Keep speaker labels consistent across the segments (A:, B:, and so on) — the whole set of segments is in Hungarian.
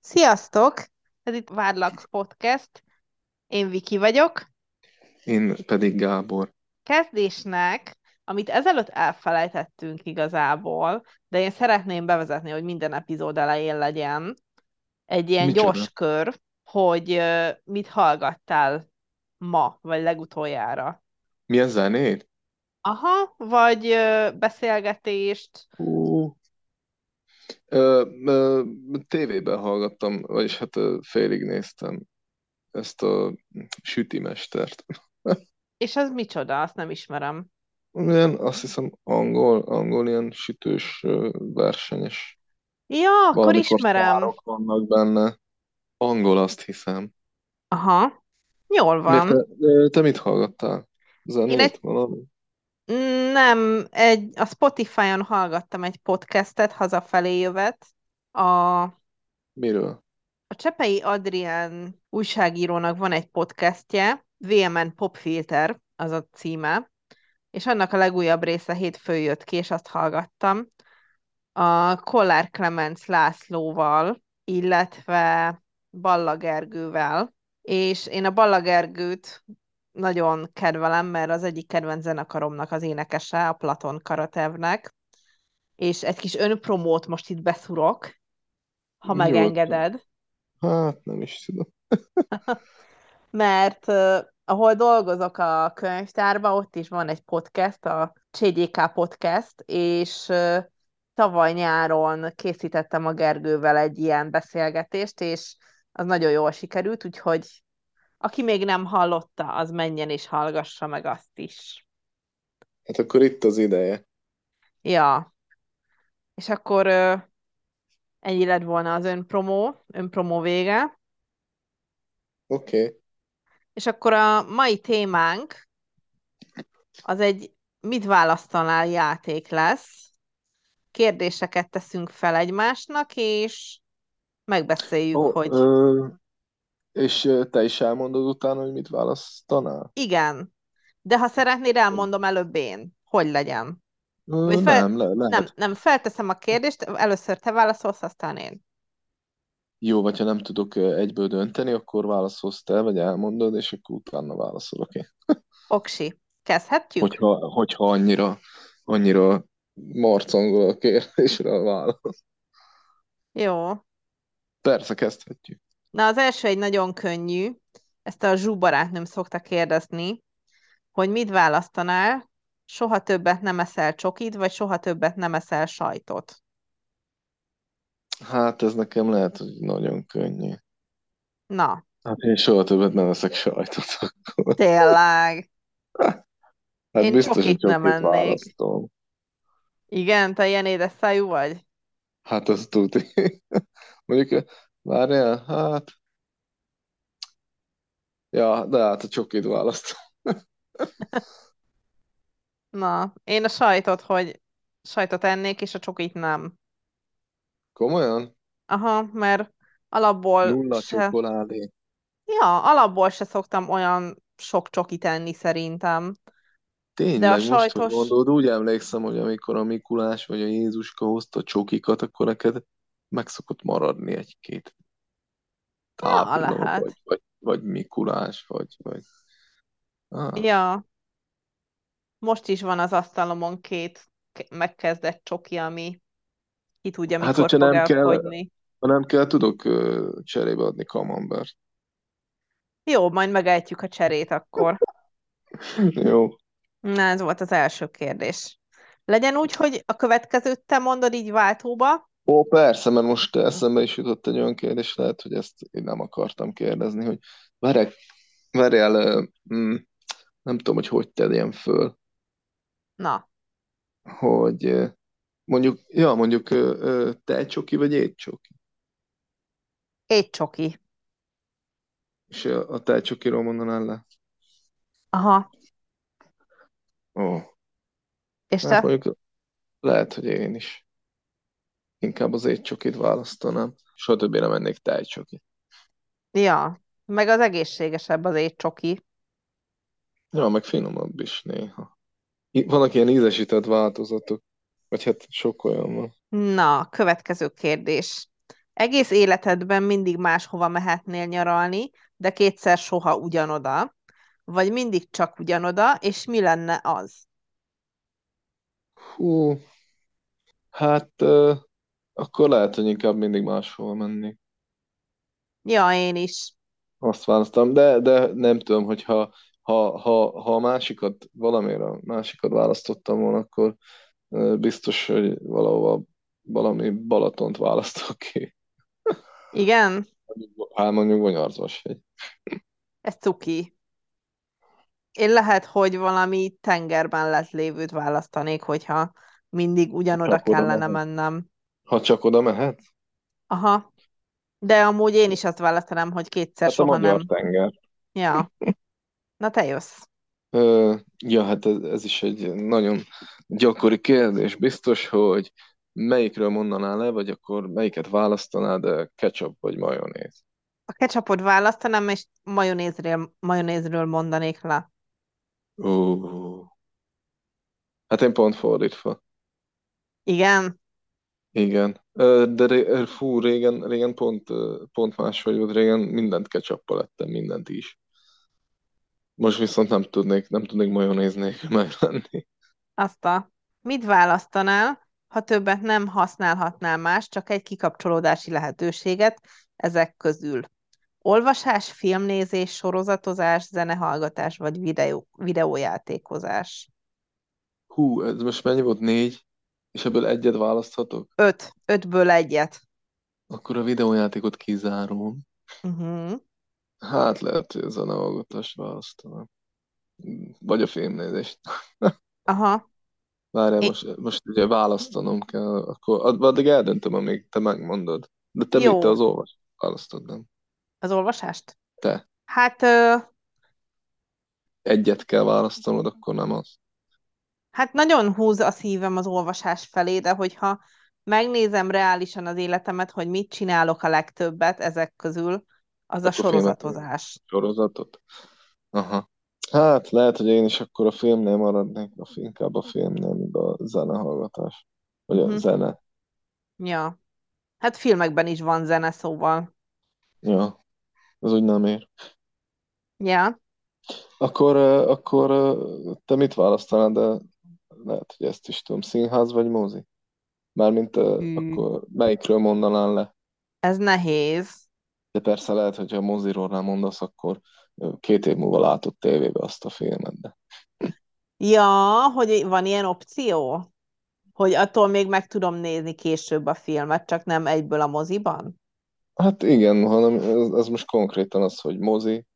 A: Sziasztok! Ez itt Várlak Podcast. Én Viki vagyok.
B: Én pedig Gábor.
A: Kezdésnek, amit ezelőtt elfelejtettünk igazából, de én szeretném bevezetni, hogy minden epizód elején legyen egy ilyen
B: Micsoda?
A: gyors kör, hogy ö, mit hallgattál ma, vagy legutoljára.
B: Mi a zenéd?
A: Aha, vagy ö, beszélgetést.
B: Hú. Ö, ö, tévében hallgattam, vagyis hát ö, félig néztem ezt a sütimestert.
A: És ez micsoda, azt nem ismerem.
B: Ilyen, azt hiszem angol, angol ilyen sütős ö, versenyes.
A: Ja, akkor
B: Valamikor
A: ismerem.
B: sztárok vannak benne. Angol, azt hiszem.
A: Aha, jól
B: Miért
A: van.
B: te, ö, te mit hallgattál? Zenét,
A: egy-
B: valami?
A: Nem, egy, a Spotify-on hallgattam egy podcastet, hazafelé jövet. A,
B: Miről?
A: a Csepei Adrián újságírónak van egy podcastje, VMN Popfilter, az a címe, és annak a legújabb része hétfőn jött ki, és azt hallgattam. A Kollár Clemens Lászlóval, illetve Balla Gergővel, és én a Balla Gergőt nagyon kedvelem, mert az egyik kedvenc zenekaromnak az énekese, a Platon Karatevnek, és egy kis önpromót most itt beszurok, ha
B: Jó.
A: megengeded.
B: Hát nem is tudom.
A: mert uh, ahol dolgozok a könyvtárban, ott is van egy podcast, a CDK podcast, és uh, tavaly nyáron készítettem a Gergővel egy ilyen beszélgetést, és az nagyon jól sikerült, úgyhogy aki még nem hallotta, az menjen és hallgassa meg azt is.
B: Hát akkor itt az ideje.
A: Ja. És akkor ö, ennyi lett volna az önpromó, önpromó vége.
B: Oké.
A: És akkor a mai témánk az egy mit választanál játék lesz. Kérdéseket teszünk fel egymásnak, és megbeszéljük,
B: Ó,
A: hogy
B: ö, és ö, te is elmondod utána, hogy mit választanál?
A: igen. De ha szeretnéd, elmondom előbb én, hogy legyen.
B: Ö,
A: Vagy fel-
B: nem, le, lehet.
A: Nem, nem, felteszem a kérdést, először te válaszolsz, aztán én.
B: Jó, vagy ha nem tudok ö, egyből dönteni, akkor válaszolsz te, vagy elmondod, és akkor utána válaszolok én.
A: Oksi, kezdhetjük?
B: Hogyha, hogyha annyira, annyira marcangol a kérdésre a válasz.
A: Jó.
B: Persze, kezdhetjük.
A: Na, az első egy nagyon könnyű. Ezt a Zsú barátnőm szokta kérdezni, hogy mit választanál, soha többet nem eszel csokit, vagy soha többet nem eszel sajtot.
B: Hát ez nekem lehet, hogy nagyon könnyű.
A: Na,
B: Hát én soha többet nem eszek sajtot akkor.
A: tényleg.
B: Hát
A: Én
B: biztos, hogy
A: csokit nem
B: csokit
A: ennék.
B: választom.
A: Igen, te ilyen édes szájú vagy?
B: Hát az tuti. Mondjuk, várjál, hát... Ja, de hát a csokit választom.
A: Na, én a sajtot, hogy sajtot ennék, és a csokit nem.
B: Komolyan?
A: Aha, mert alapból
B: Nulla
A: se...
B: csokoládé.
A: Ja, alapból se szoktam olyan sok csokit enni szerintem.
B: Tényleg, most, hogy
A: sajtos-
B: gondolod, úgy emlékszem, hogy amikor a Mikulás vagy a Jézuska hozta csokikat, akkor neked meg szokott maradni egy-két tápiló,
A: lehet.
B: vagy, vagy, vagy Mikulás, vagy, vagy... Ah,
A: Ja. Most is van az asztalomon két ke- megkezdett csoki, ami ki tudja,
B: Hát,
A: mikor
B: hogyha
A: fog
B: nem kell-
A: elfogyni.
B: ha nem kell, tudok ö, cserébe adni kamembert.
A: Jó, majd megejtjük a cserét akkor.
B: Jó.
A: Na, ez volt az első kérdés. Legyen úgy, hogy a következőt te mondod így váltóba.
B: Ó, persze, mert most eszembe is jutott egy olyan kérdés, lehet, hogy ezt én nem akartam kérdezni, hogy várjál, várjál, ö, mm, nem tudom, hogy hogy tegyem föl,
A: Na,
B: hogy ö, mondjuk, ja, mondjuk ö, ö, tejcsoki vagy étcsoki,
A: egy csoki.
B: és ö, a tejcsokiról mondanál le?
A: Aha,
B: Ó,
A: és
B: hát
A: te?
B: mondjuk lehet, hogy én is. Inkább az étcsokit választanám, soha többé nem ennék tejcsokit.
A: Ja, meg az egészségesebb az egy csoki.
B: Ja, meg finomabb is néha. I- Vannak ilyen ízesített változatok, vagy hát sok olyan van.
A: Na, következő kérdés. Egész életedben mindig máshova mehetnél nyaralni, de kétszer soha ugyanoda, vagy mindig csak ugyanoda, és mi lenne az?
B: Hú, hát ö, akkor lehet, hogy inkább mindig máshol menni.
A: Ja, én is.
B: Azt választom, de, de nem tudom, hogy ha, ha, ha, ha a másikat, valamire a másikat választottam volna, akkor ö, biztos, hogy valahova valami Balatont választok ki.
A: Igen,
B: Mondjuk- Hát mondjuk Gonyardzsashegy.
A: ez cuki. Én lehet, hogy valami tengerben lett lévőt választanék, hogyha mindig ugyanoda
B: Csak oda
A: kellene
B: mehet.
A: mennem.
B: Ha csak oda mehet?
A: Aha, de amúgy én is azt választanám, hogy kétszer
B: Hát a
A: soha
B: Magyar
A: nem.
B: tenger.
A: Ja, na te jössz.
B: Ö, ja, hát ez, ez is egy nagyon gyakori kérdés. Biztos, hogy melyikről mondanál le, vagy akkor melyiket választanád, ö, ketchup vagy majonéz?
A: A ketchupot választanám, és majonézről, majonézről mondanék le.
B: Ó, hát én pont fordítva.
A: Igen,
B: Igen. Ö, de ré, ö, fú, régen, régen pont, ö, pont máshogy volt, régen mindent ketchuppal lettem, mindent is. Most viszont nem tudnék, nem tudnék majonéz nélkül meglenni.
A: azt a... Mit választanál, ha többet nem használhatnál más, csak egy kikapcsolódási lehetőséget ezek közül? Olvasás, filmnézés, sorozatozás, zenehallgatás vagy videó, videójátékozás.
B: Hú, ez most mennyi volt? Négy? És ebből egyet választhatok?
A: Öt. Ötből egyet.
B: Akkor a videójátékot kizárom.
A: Uh-huh.
B: Hát lehet, hogy a zenehallgatást választanám. Vagy a filmnézést.
A: Aha.
B: Várjál,
A: É-
B: most, most ugye választanom kell, akkor ad- addig eldöntöm, amíg te megmondod. De te még te
A: jó.
B: az olvas választod, nem?
A: Az olvasást?
B: Te
A: Hát, ö,
B: egyet kell választanod, akkor nem az.
A: hát nagyon húz a szívem az olvasás felé, de hogyha megnézem reálisan az életemet, hogy mit csinálok a legtöbbet ezek közül, az a
B: Akkor filmet nézek.
A: sorozatozás.
B: Sorozatot? Aha. Hát lehet, hogy én is akkor a filmnél maradnék, a, fi- inkább a filmnél, mint a zenehallgatás. Vagy a
A: Uh-huh.
B: zene.
A: Ja. Hát filmekben is van zene, szóval.
B: Ja, az úgy nem ér.
A: Ja.
B: Akkor, ö, akkor ö, te mit választanál, de lehet, hogy ezt is tudom. Színház vagy mozi? Mármint ö,
A: Hű.
B: akkor melyikről mondanál le?
A: Ez nehéz.
B: De persze lehet, hogyha a moziról nem mondasz, akkor ö, két év múlva látod tévébe azt a filmet. De.
A: Ja, hogy van ilyen opció? Hogy attól még meg tudom nézni később a filmet, csak nem egyből a moziban?
B: Hát igen, hanem ez, ez most konkrétan az, hogy mozi,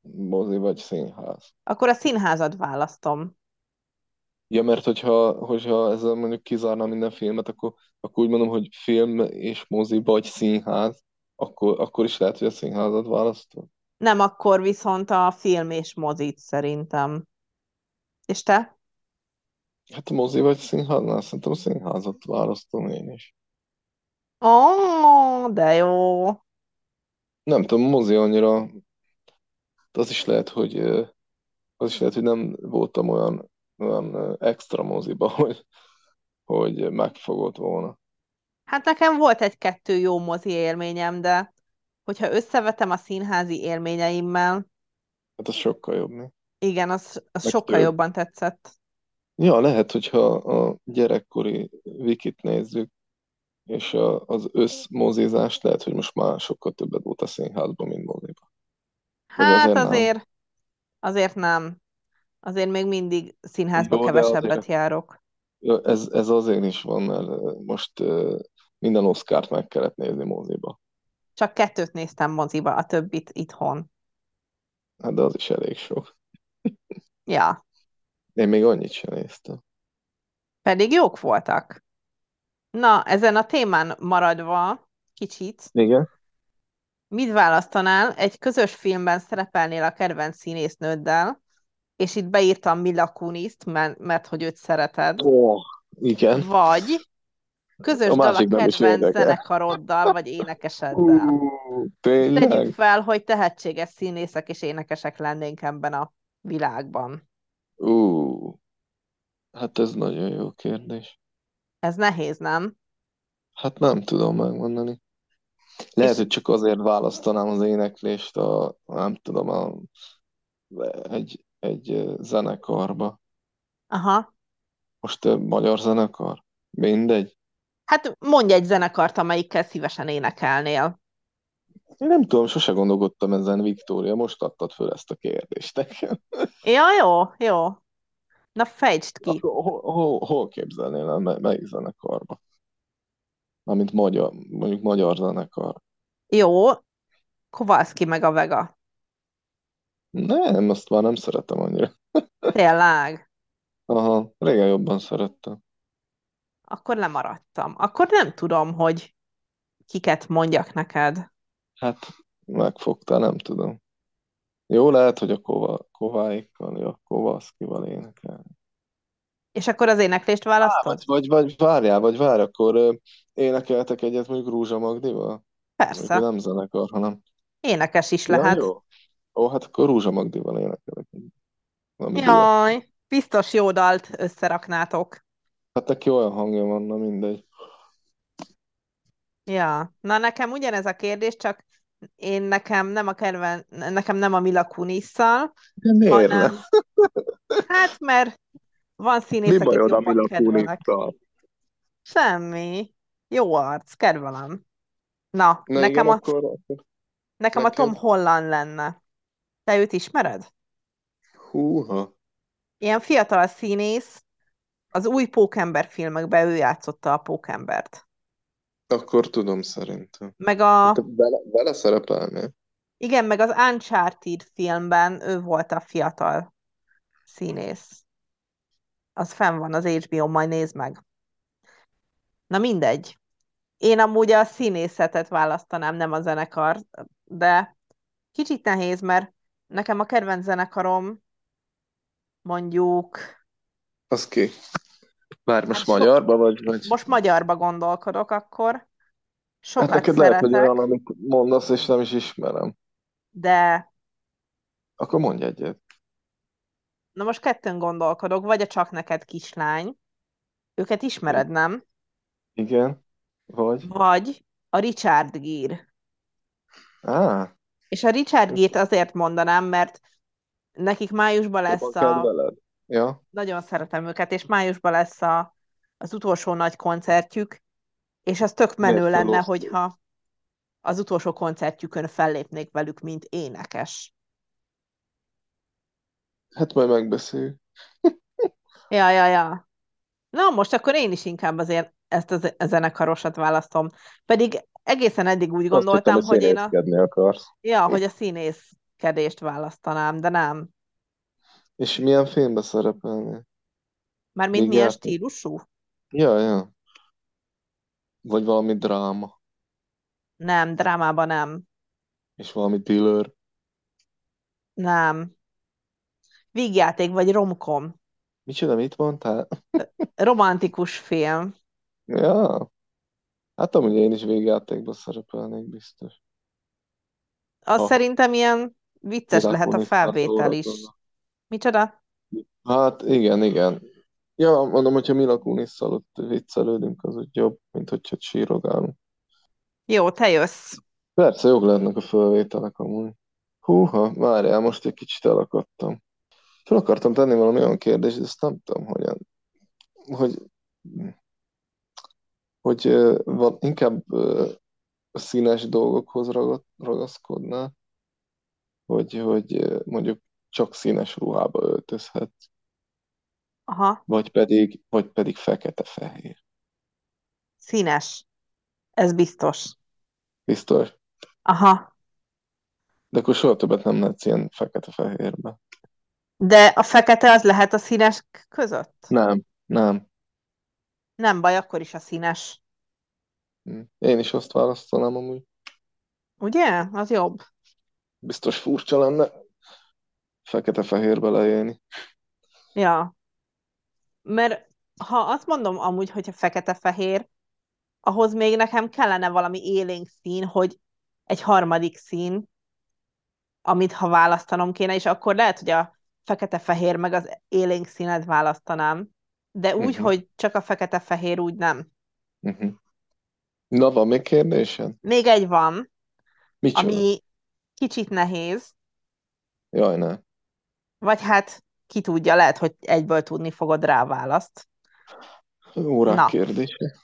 B: mozi vagy színház.
A: Akkor a színházat választom.
B: Ja, mert hogyha, hogyha ezzel mondjuk kizárnám minden filmet, akkor, akkor úgy mondom, hogy film és mozi vagy színház, akkor, akkor is lehet, hogy a színházat választom.
A: Nem, akkor viszont a film és mozit szerintem. És te?
B: Hát a mozi vagy színháznál, szerintem a színházat választom én is.
A: Ó, de jó.
B: Nem tudom, a mozi annyira, az is lehet, hogy, ö, az is lehet, hogy nem voltam olyan, olyan ö, extra moziba, hogy, hogy megfogott volna.
A: Hát nekem volt egy-kettő jó mozi élményem, de hogyha összevetem a színházi élményeimmel,
B: Hát az sokkal jobb, mi?
A: igen, az, az
B: Meg
A: sokkal
B: több.
A: jobban tetszett.
B: Ja, lehet, hogyha a gyerekkori Wikit nézzük, és a, az összmozizást lehet, hogy most már sokkal többet volt a színházban, mint moziban. Vagy
A: Hát
B: azért nem.
A: azért, azért nem. Azért még mindig színházba
B: Jó, de
A: kevesebbet
B: azért
A: járok.
B: ja, ez, ez azért is van, mert ö, most ö, minden Oszkárt meg kellett nézni moziba.
A: Csak kettőt néztem moziba, a többit itthon.
B: Hát de az is elég sok.
A: Ja,
B: Én még annyit sem néztem.
A: pedig jók voltak. Na, ezen a témán maradva kicsit,
B: Igen.
A: mit választanál? Egy közös filmben szerepelnél a kedvenc színésznőddel, és itt beírtam Mila Kuniszt, mert, mert hogy őt szereted,
B: Oh. Igen.
A: vagy
B: A
A: közös dal a
B: másik nem is
A: kedvenc
B: érdekel.
A: zenekaroddal, vagy énekeseddel.
B: Ú,
A: És tegyük
B: tényleg?
A: fel, hogy tehetséges színészek és énekesek lennénk ebben a világban.
B: Ú, hát ez nagyon jó kérdés.
A: Ez nehéz, nem?
B: Hát nem tudom megmondani. Lehet,
A: És
B: hogy csak azért választanám az éneklést a, nem tudom, a, egy, egy ö, zenekarba.
A: aha,
B: Most ö, magyar zenekar? Mindegy.
A: hát mondj egy zenekart, amelyikkel szívesen énekelnél.
B: Én nem tudom, sose gondolkodtam ezen, Viktória, most adtad föl ezt a kérdést nekem.
A: Ja, jó, jó. Na fejtsd ki.
B: Akkor hol, hol, hol képzelnél el, mely- melyik zenekarba? Amint magyar, mondjuk magyar zenekar.
A: Jó, Kovalszki meg a Vega.
B: Nem, azt már nem szeretem annyira.
A: Tényleg.
B: Aha, régen jobban szerettem.
A: Akkor lemaradtam. Akkor nem tudom, hogy kiket mondjak neked.
B: Hát, megfogtál, nem tudom. Jó, lehet, hogy a kova, kováikkal, ja, Kovaszkival énekel.
A: És akkor az éneklést
B: Á,
A: választod?
B: vagy, vagy, vagy várjál, vagy várj, akkor ö, énekeltek egyet mondjuk Rúzsa Magdival? Mondjuk ő
A: Persze.
B: nem zenekar, hanem...
A: Énekes is
B: Ja,
A: lehet.
B: jó. Ó, hát akkor Rúzsa Magdival énekelek egyet. Valami duettet.
A: Jaj, biztos jó dalt összeraknátok.
B: Hát neki olyan hangja van, na mindegy.
A: Ja, na nekem ugyanez a kérdés, csak én nekem nem a kedven, nekem nem a Mila Kunisszal,
B: De miért nem?
A: hanem hát mert van
B: Mi
A: színész, akit
B: bajod a
A: jobban
B: Mila
A: kedvelek.
B: Kunittal?
A: Semmi. Jó arc, kedvelem. Na,
B: Na igen,
A: nekem a,
B: akkor, akkor
A: nekem a Tom
B: neked...
A: Holland lenne. Te őt ismered?
B: Húha.
A: Ilyen fiatal színész, az új Pókember filmekben ő játszotta a Pókembert.
B: Akkor tudom szerintem.
A: Meg
B: Hát te
A: a,
B: vele, vele szerepelnél?
A: igen, meg az Uncharted filmben ő volt a fiatal színész. Az fenn van az HBO, majd nézd meg. Na mindegy. Én amúgy a színészetet választanám, nem a zenekar, de kicsit nehéz, mert nekem a kedvenc zenekarom mondjuk,
B: Az ki? Már
A: hát
B: most
A: so,
B: magyarba vagy, vagy?
A: most magyarba gondolkodok akkor,
B: Hát
A: sokat
B: neked lehet, hogy olyan,
A: szeretek,
B: amit mondasz, és nem is ismerem.
A: de
B: Akkor mondj egyet.
A: na most kettőn gondolkodok, vagy a Csak neked kislány, őket ismered,
B: I-
A: nem?
B: Igen? Vagy?
A: Vagy a Richard Gere.
B: Á,
A: És a Richard
B: őt
A: Gere-t azért mondanám, mert nekik májusban
B: jobban
A: lesz a
B: kedveled. Ja?
A: nagyon szeretem őket, és májusban lesz a, az utolsó nagy koncertjük, és az tök menő
B: Miért
A: lenne,
B: szólóztál?
A: hogyha az utolsó koncertjükön fellépnék velük, mint énekes.
B: Hát majd megbeszéljük.
A: Ja, ja, ja. Na, most akkor én is inkább azért ezt a ze- a zenekarosat választom. Pedig egészen eddig úgy
B: Azt hittem,
A: gondoltam,
B: hogy
A: hogy én a,
B: színészkedni akarsz.
A: ja, hogy a színészkedést választanám, de nem.
B: És milyen filmbe szerepelni?
A: Mármint milyen
B: Vigyázz.
A: stílusú?
B: Ja, ja. Vagy valami dráma.
A: Nem, drámában nem.
B: És valami dealer.
A: Nem. Vígjáték vagy romkom.
B: Micsoda, mit mondtál?
A: Romantikus film.
B: Ja. Hát amúgy én is végjátékban szerepelnék biztos.
A: Az
B: Ha
A: szerintem ilyen vicces
B: Mila
A: lehet a
B: Kunittal
A: felvétel is.
B: szórakozna.
A: Micsoda?
B: Hát igen, igen. Ja, mondom, hogyha Mila Kunisszal ott viccelődünk, az úgy jobb, mint hogyha sírogálunk.
A: Jó, te jössz.
B: Persze, jók lehetnek a fölvételek amúgy. Húha, várjál, most egy kicsit elakadtam. Fel akartam tenni valami olyan kérdést, de ezt nem tudom, hogyan. Hogy, hogy ö, van, inkább ö, a színes dolgokhoz ragad, ragaszkodnál, hogy, hogy ö, mondjuk csak színes ruhába öltözhet,
A: Aha,
B: vagy pedig, vagy pedig fekete-fehér.
A: színes. Ez biztos.
B: Biztos?
A: Aha.
B: De akkor soha többet nem lehetsz ilyen fekete-fehérbe.
A: De a fekete az lehet a színes k- között?
B: Nem, nem.
A: Nem baj, akkor is a színes.
B: Hm. Én is azt választanám amúgy.
A: Ugye? Az jobb.
B: Biztos furcsa lenne fekete-fehérbe leélni.
A: Ja. Mert ha azt mondom amúgy, hogyha fekete-fehér, ahhoz még nekem kellene valami élénk szín, hogy egy harmadik szín, amit ha választanom kéne, és akkor lehet, hogy a fekete-fehér meg az élénk színet választanám, de úgy,
B: Uh-huh,
A: hogy csak a fekete-fehér úgy nem.
B: uh-huh. Mhm. Na, van még kérdésed?
A: Még egy van,
B: Micsoda?
A: ami kicsit nehéz,
B: Jaj, ne.
A: vagy hát ki tudja, lehet, hogy egyből tudni fogod rá a választ.
B: Órák
A: Na,
B: kérdése.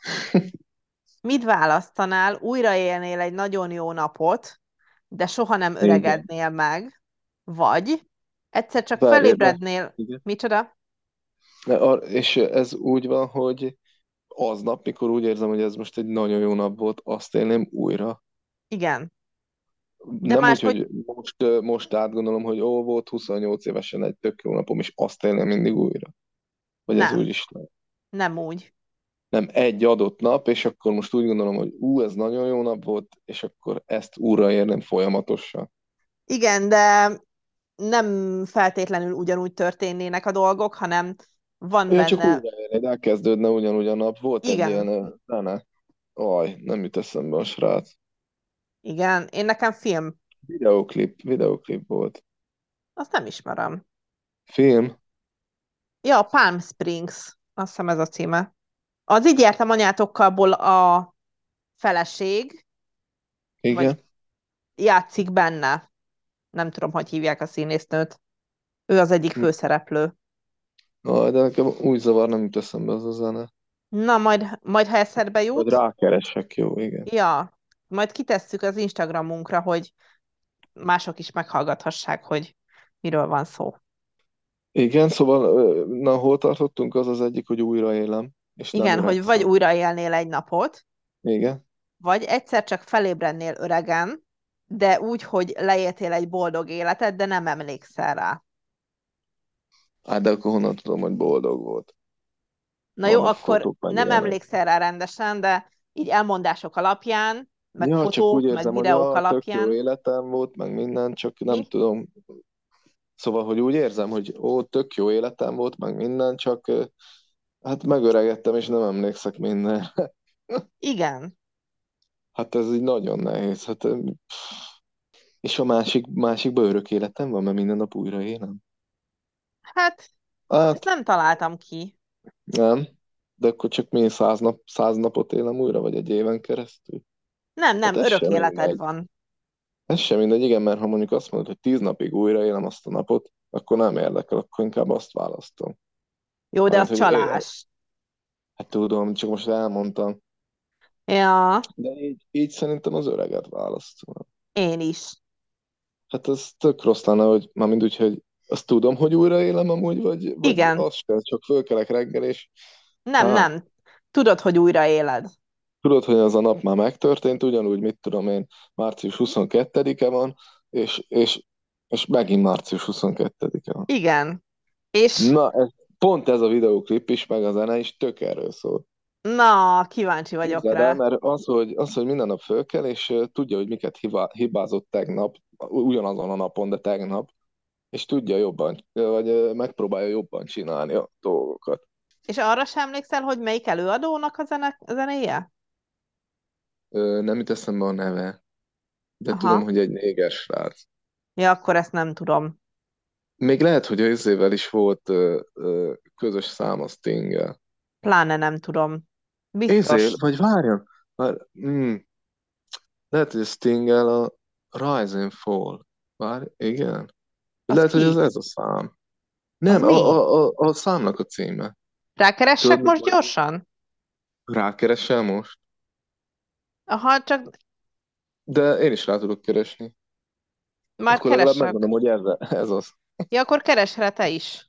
A: mit választanál, újraélnél egy nagyon jó napot, de soha nem
B: Igen.
A: öregednél meg, vagy egyszer csak
B: Várj, de...
A: felébrednél,
B: Igen.
A: micsoda?
B: De ar- És ez úgy van, hogy aznap, mikor úgy érzem, hogy ez most egy nagyon jó nap volt, azt élném újra.
A: Igen, de
B: Nem úgy,
A: máshogy
B: hogy most, ö, most átgondolom, hogy ó, volt 28 évesen egy tök jó napom, és azt élném mindig újra. Vagy ez
A: nem,
B: úgy is lehet.
A: nem úgy.
B: Nem egy adott nap, és akkor most úgy gondolom, hogy ú, ez nagyon jó nap volt, és akkor ezt újraérném folyamatosan.
A: Igen, de nem feltétlenül ugyanúgy történnének a dolgok, hanem van
B: Én csak
A: benne,
B: újraérnéd, elkezdődne ugyanúgy a nap. Volt egy
A: igen,
B: ilyen, ö, zene. Aj, nem jut eszembe a srác.
A: igen, én nekem film,
B: Videoklip, videoklip volt.
A: azt nem ismerem.
B: Film?
A: Ja, Palm Springs, azt hiszem ez a címe. Az így jártam anyátokkalból a feleség, vagy
B: Igen.
A: játszik benne. Nem tudom, hogy hívják a színésznőt. Ő az egyik
B: Hm.
A: főszereplő.
B: Aj, de nekem úgy zavar, nem jut eszembe az a zene.
A: Na, majd, majd ha eszedbe
B: Majd
A: jut,
B: rákeresek, jó, igen.
A: ja, majd kitesszük az Instagramunkra, hogy mások is meghallgathassák, hogy miről van szó.
B: Igen, szóval, ö, na, hol tartottunk? Az az egyik, hogy újraélem, és nem
A: Igen, hogy vagy
B: öregszem.
A: újraélnél egy napot,
B: Igen.
A: vagy egyszer csak felébrednél öregen, de úgy, hogy leéltél egy boldog életet, de nem emlékszel rá.
B: Á, de akkor honnan tudom, hogy boldog volt?
A: Na jó,
B: A
A: akkor
B: fotók
A: nem
B: mennyire nem.
A: emlékszel rá rendesen, de így elmondások alapján, meg
B: Ja, csak úgy
A: fotók, meg
B: érzem, hogy
A: videók
B: a tök jó
A: alapján.
B: életem volt, meg minden, csak nem
A: Mi?
B: tudom. Szóval, hogy úgy érzem, hogy ó, tök jó életem volt, meg minden, csak ö, hát megöregedtem, és nem emlékszek mindenre.
A: Igen.
B: Hát ez így nagyon nehéz. Hát, ö, és a másik, másikban örök életem van, mert minden nap újra élem.
A: Hát, ezt
B: Hát
A: nem találtam ki.
B: nem, de akkor csak mi száz, nap, száz napot élem újra, vagy egy éven keresztül.
A: Nem,
B: Hát
A: nem,
B: ez
A: örök
B: sem
A: életed
B: mindegy.
A: van.
B: Ez sem mindegy, igen, mert ha mondjuk azt mondod, hogy tíz napig újra élem azt a napot, akkor nem érdekel, akkor inkább azt választom.
A: Jó, de
B: Mármint,
A: az
B: hogy élem.
A: csalás.
B: Hát tudom, csak most elmondtam.
A: Ja,
B: De így, így szerintem az öreget választom.
A: én is.
B: Hát ez tök rossz lenne, hogy mármint úgy, hogy azt tudom, hogy újra élem amúgy, vagy, vagy
A: Igen.
B: az sem, csak fölkelek reggel, és
A: Nem,
B: á,
A: nem. Tudod, hogy újra éled.
B: tudod, hogy az a nap már megtörtént, ugyanúgy, mit tudom én, március 22-e van, és, és, és megint március 22-e van.
A: Igen. És
B: Na, ez, pont ez a videóklip is, meg a zene is tök erről szól.
A: na, kíváncsi vagyok
B: Képzeld el,
A: rá.
B: mert az, hogy, az, hogy minden nap fölkel, és ö, tudja, hogy miket hibá, hibázott tegnap, u- ugyanazon a napon, de tegnap, és tudja jobban, ö, vagy ö, megpróbálja jobban csinálni a dolgokat.
A: És arra sem emlékszel, hogy melyik előadónak a, zene, a zenéje?
B: Ö, Nem jut eszembe a neve, de tudom,
A: Aha.
B: hogy egy néger srác.
A: Ja, akkor ezt nem tudom.
B: Még lehet, hogy a izével is volt ö, ö, közös szám a Stinggel.
A: Pláne nem tudom.
B: Izé,
A: Biztos.
B: vagy várjon, vár, mm, lehet, hogy a Stinggel a Rise and Fall. Vár, igen.
A: Az
B: Lehet, hogy ez
A: ki?
B: ez a szám.
A: Az
B: Nem, a,
A: mi?
B: a, a, a számnak a címe.
A: Rákeressek
B: Tudod,
A: most
B: mikor
A: gyorsan?
B: rákeresel most?
A: Aha, csak
B: De én is rá tudok keresni.
A: már
B: Akkor legalább megmondom,
A: keresek.
B: hogy ez, ez az.
A: Ja, akkor keres rá te is.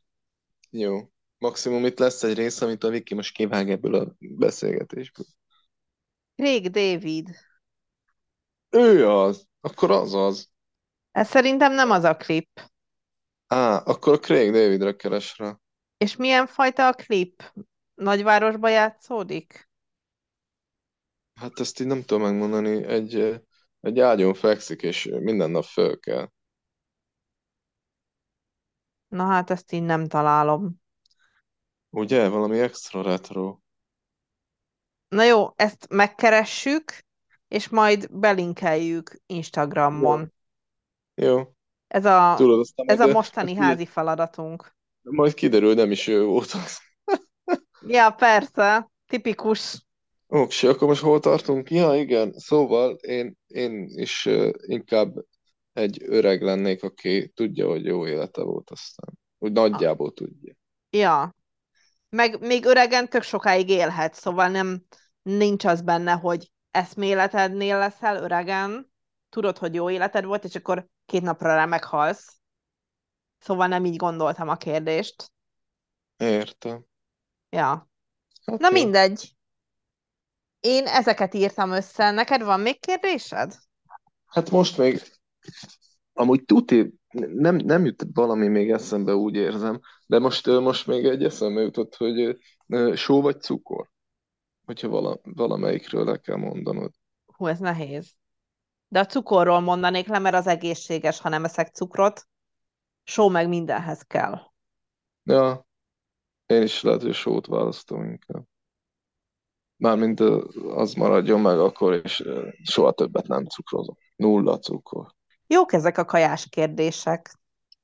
B: Jó. Maximum itt lesz egy rész, amit a Viki most kivág ebből a beszélgetésből.
A: Craig David.
B: Ő az! Akkor az az.
A: Ez szerintem nem az a klip.
B: Á, akkor a Craig Davidre keres rá.
A: És milyen fajta a klip? Nagyvárosba játszódik?
B: Hát ezt így nem tudom megmondani. Egy, eh, egy ágyon fekszik, és minden nap föl kell.
A: Na hát ezt így nem találom.
B: Ugye? Valami extra retro.
A: Na jó, ezt megkeressük, és majd belinkeljük
B: Jó.
A: Instagramon.
B: Jó.
A: Ez a,
B: Tudod, aztán
A: ez
B: majd,
A: a
B: eh,
A: mostani
B: majd, ki-
A: házi feladatunk.
B: majd kiderül, nem is ő volt az.
A: Ja, persze, tipikus.
B: Oké, akkor most hol tartunk? Ja, igen. Szóval én, én is ö, inkább egy öreg lennék, aki tudja, hogy jó élete volt aztán. Úgy
A: A-
B: nagyjából tudja.
A: Ja. Meg még öregen tök sokáig élhet, szóval nem nincs az benne, hogy eszméletednél leszel öregen, tudod, hogy jó életed volt, és akkor két napra rá meghalsz. Szóval nem így gondoltam a kérdést.
B: Értem.
A: Ja. Na
B: Hát jó.
A: mindegy. Én ezeket írtam össze. Neked van még kérdésed?
B: Hát most még amúgy tuti, nem, nem jut valami még eszembe, úgy érzem, de most, ö, most még egy eszembe jutott, hogy ö, ö, só vagy cukor, hogyha vala, valamelyikről le kell mondanod.
A: Hú, ez nehéz. De a cukorról mondanék le, mert az egészséges, ha nem eszek cukrot. Só meg mindenhez kell.
B: Ja, én is lehet, hogy sót választom inkább. Mármint ö, az maradjon meg akkor, és ö, soha többet nem cukrozom. Nulla cukor.
A: Jók ezek a kajás kérdések.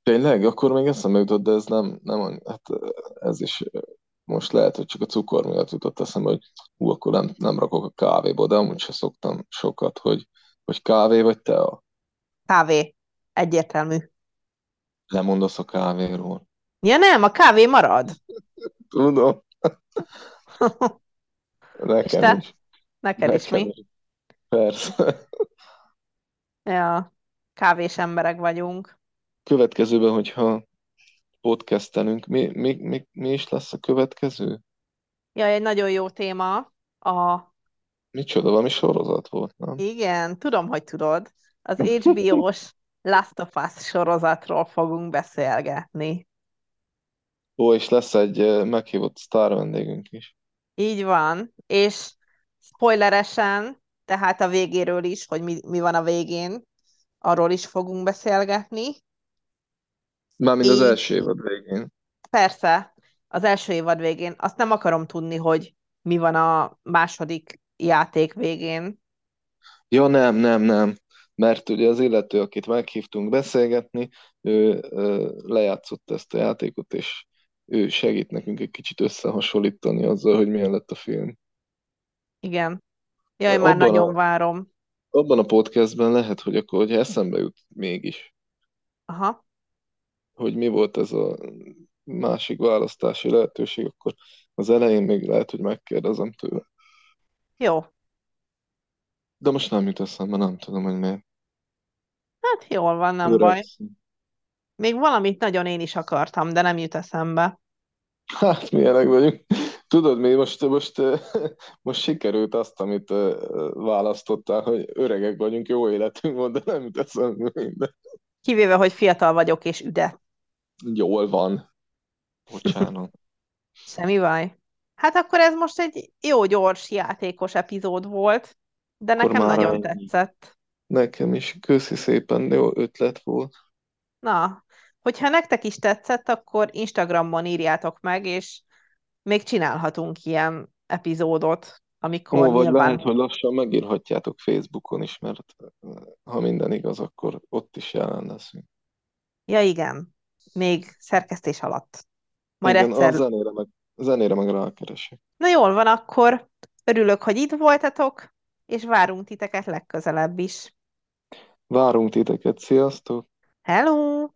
B: Tényleg? Akkor még eszembe jutott, de ez nem, nem, annyi- hát ö, ez is ö, most lehet, hogy csak a cukor miatt jutott eszembe, hogy hú, akkor nem, nem rakok a kávéba, de amúgy se szoktam sokat, hogy, hogy kávé vagy tea.
A: Kávé. Egyértelmű.
B: Lemondasz a kávéról.
A: Ja nem, a kávé marad.
B: Tudom,
A: És
B: nekem
A: te?
B: is.
A: Neked is
B: Nekem
A: mi?
B: is. Persze.
A: Ja, kávés emberek vagyunk.
B: Következőben, hogyha podcastelünk, mi, mi, mi, mi is lesz a következő?
A: Ja, egy nagyon jó téma. A...
B: Micsoda, valami sorozat volt, nem?
A: Igen, tudom, hogy tudod. Az HBO-s Last of Us sorozatról fogunk beszélgetni.
B: Ó, és lesz egy eh, meghívott sztár vendégünk is.
A: Így van. És spoileresen, tehát a végéről is, hogy mi, mi van a végén, arról is fogunk beszélgetni.
B: Mármint az
A: És
B: első évad végén.
A: Persze, az első évad végén. Azt nem akarom tudni, hogy mi van a második játék végén.
B: Ja, nem, nem, nem. Mert ugye az illető, akit meghívtunk beszélgetni, ő ö, lejátszott ezt a játékot, és ő segít nekünk egy kicsit összehasonlítani azzal, hogy milyen lett a film.
A: Igen.
B: Ö,
A: Jaj, már
B: Abban
A: nagyon
B: a,
A: várom.
B: abban a podcastben lehet, hogy akkor, hogyha eszembe jut mégis,
A: Aha.
B: hogy mi volt ez a másik választási lehetőség, akkor az elején még lehet, hogy megkérdezem tőle.
A: Jó.
B: De most nem jut eszembe, nem tudom, hogy miért.
A: Hát jól van, nem baj.
B: Öregszem.
A: Még valamit nagyon én is akartam, de nem jut eszembe.
B: Hát milyenek vagyunk. Tudod mi, most, most, eh, most sikerült azt, amit eh, választottál, hogy öregek vagyunk, jó életünk van, de nem jut eszembe minden.
A: Kivéve, hogy fiatal vagyok és üde.
B: Jól van, bocsánat.
A: Semmi baj. Hát akkor ez most egy jó gyors játékos epizód volt, de
B: Akkor
A: nekem
B: már
A: nagyon
B: ennyi.
A: tetszett.
B: Nekem is, köszi szépen, jó ötlet volt.
A: Na, hogyha nektek is tetszett, akkor Instagramon írjátok meg, és még csinálhatunk ilyen epizódot, amikor
B: Ó, vagy lehet,
A: nyilván
B: hogy lassan megírhatjátok Facebookon is, mert eh, ha minden igaz, akkor ott is jelen leszünk.
A: Ja, igen. Még szerkesztés alatt. Majd
B: Igen, a
A: egyszer.
B: zenére meg, a zenére meg rákeresek.
A: Na jól van, akkor örülök, hogy itt voltatok, és várunk titeket legközelebb is.
B: Várunk titeket, sziasztok!
A: Hello!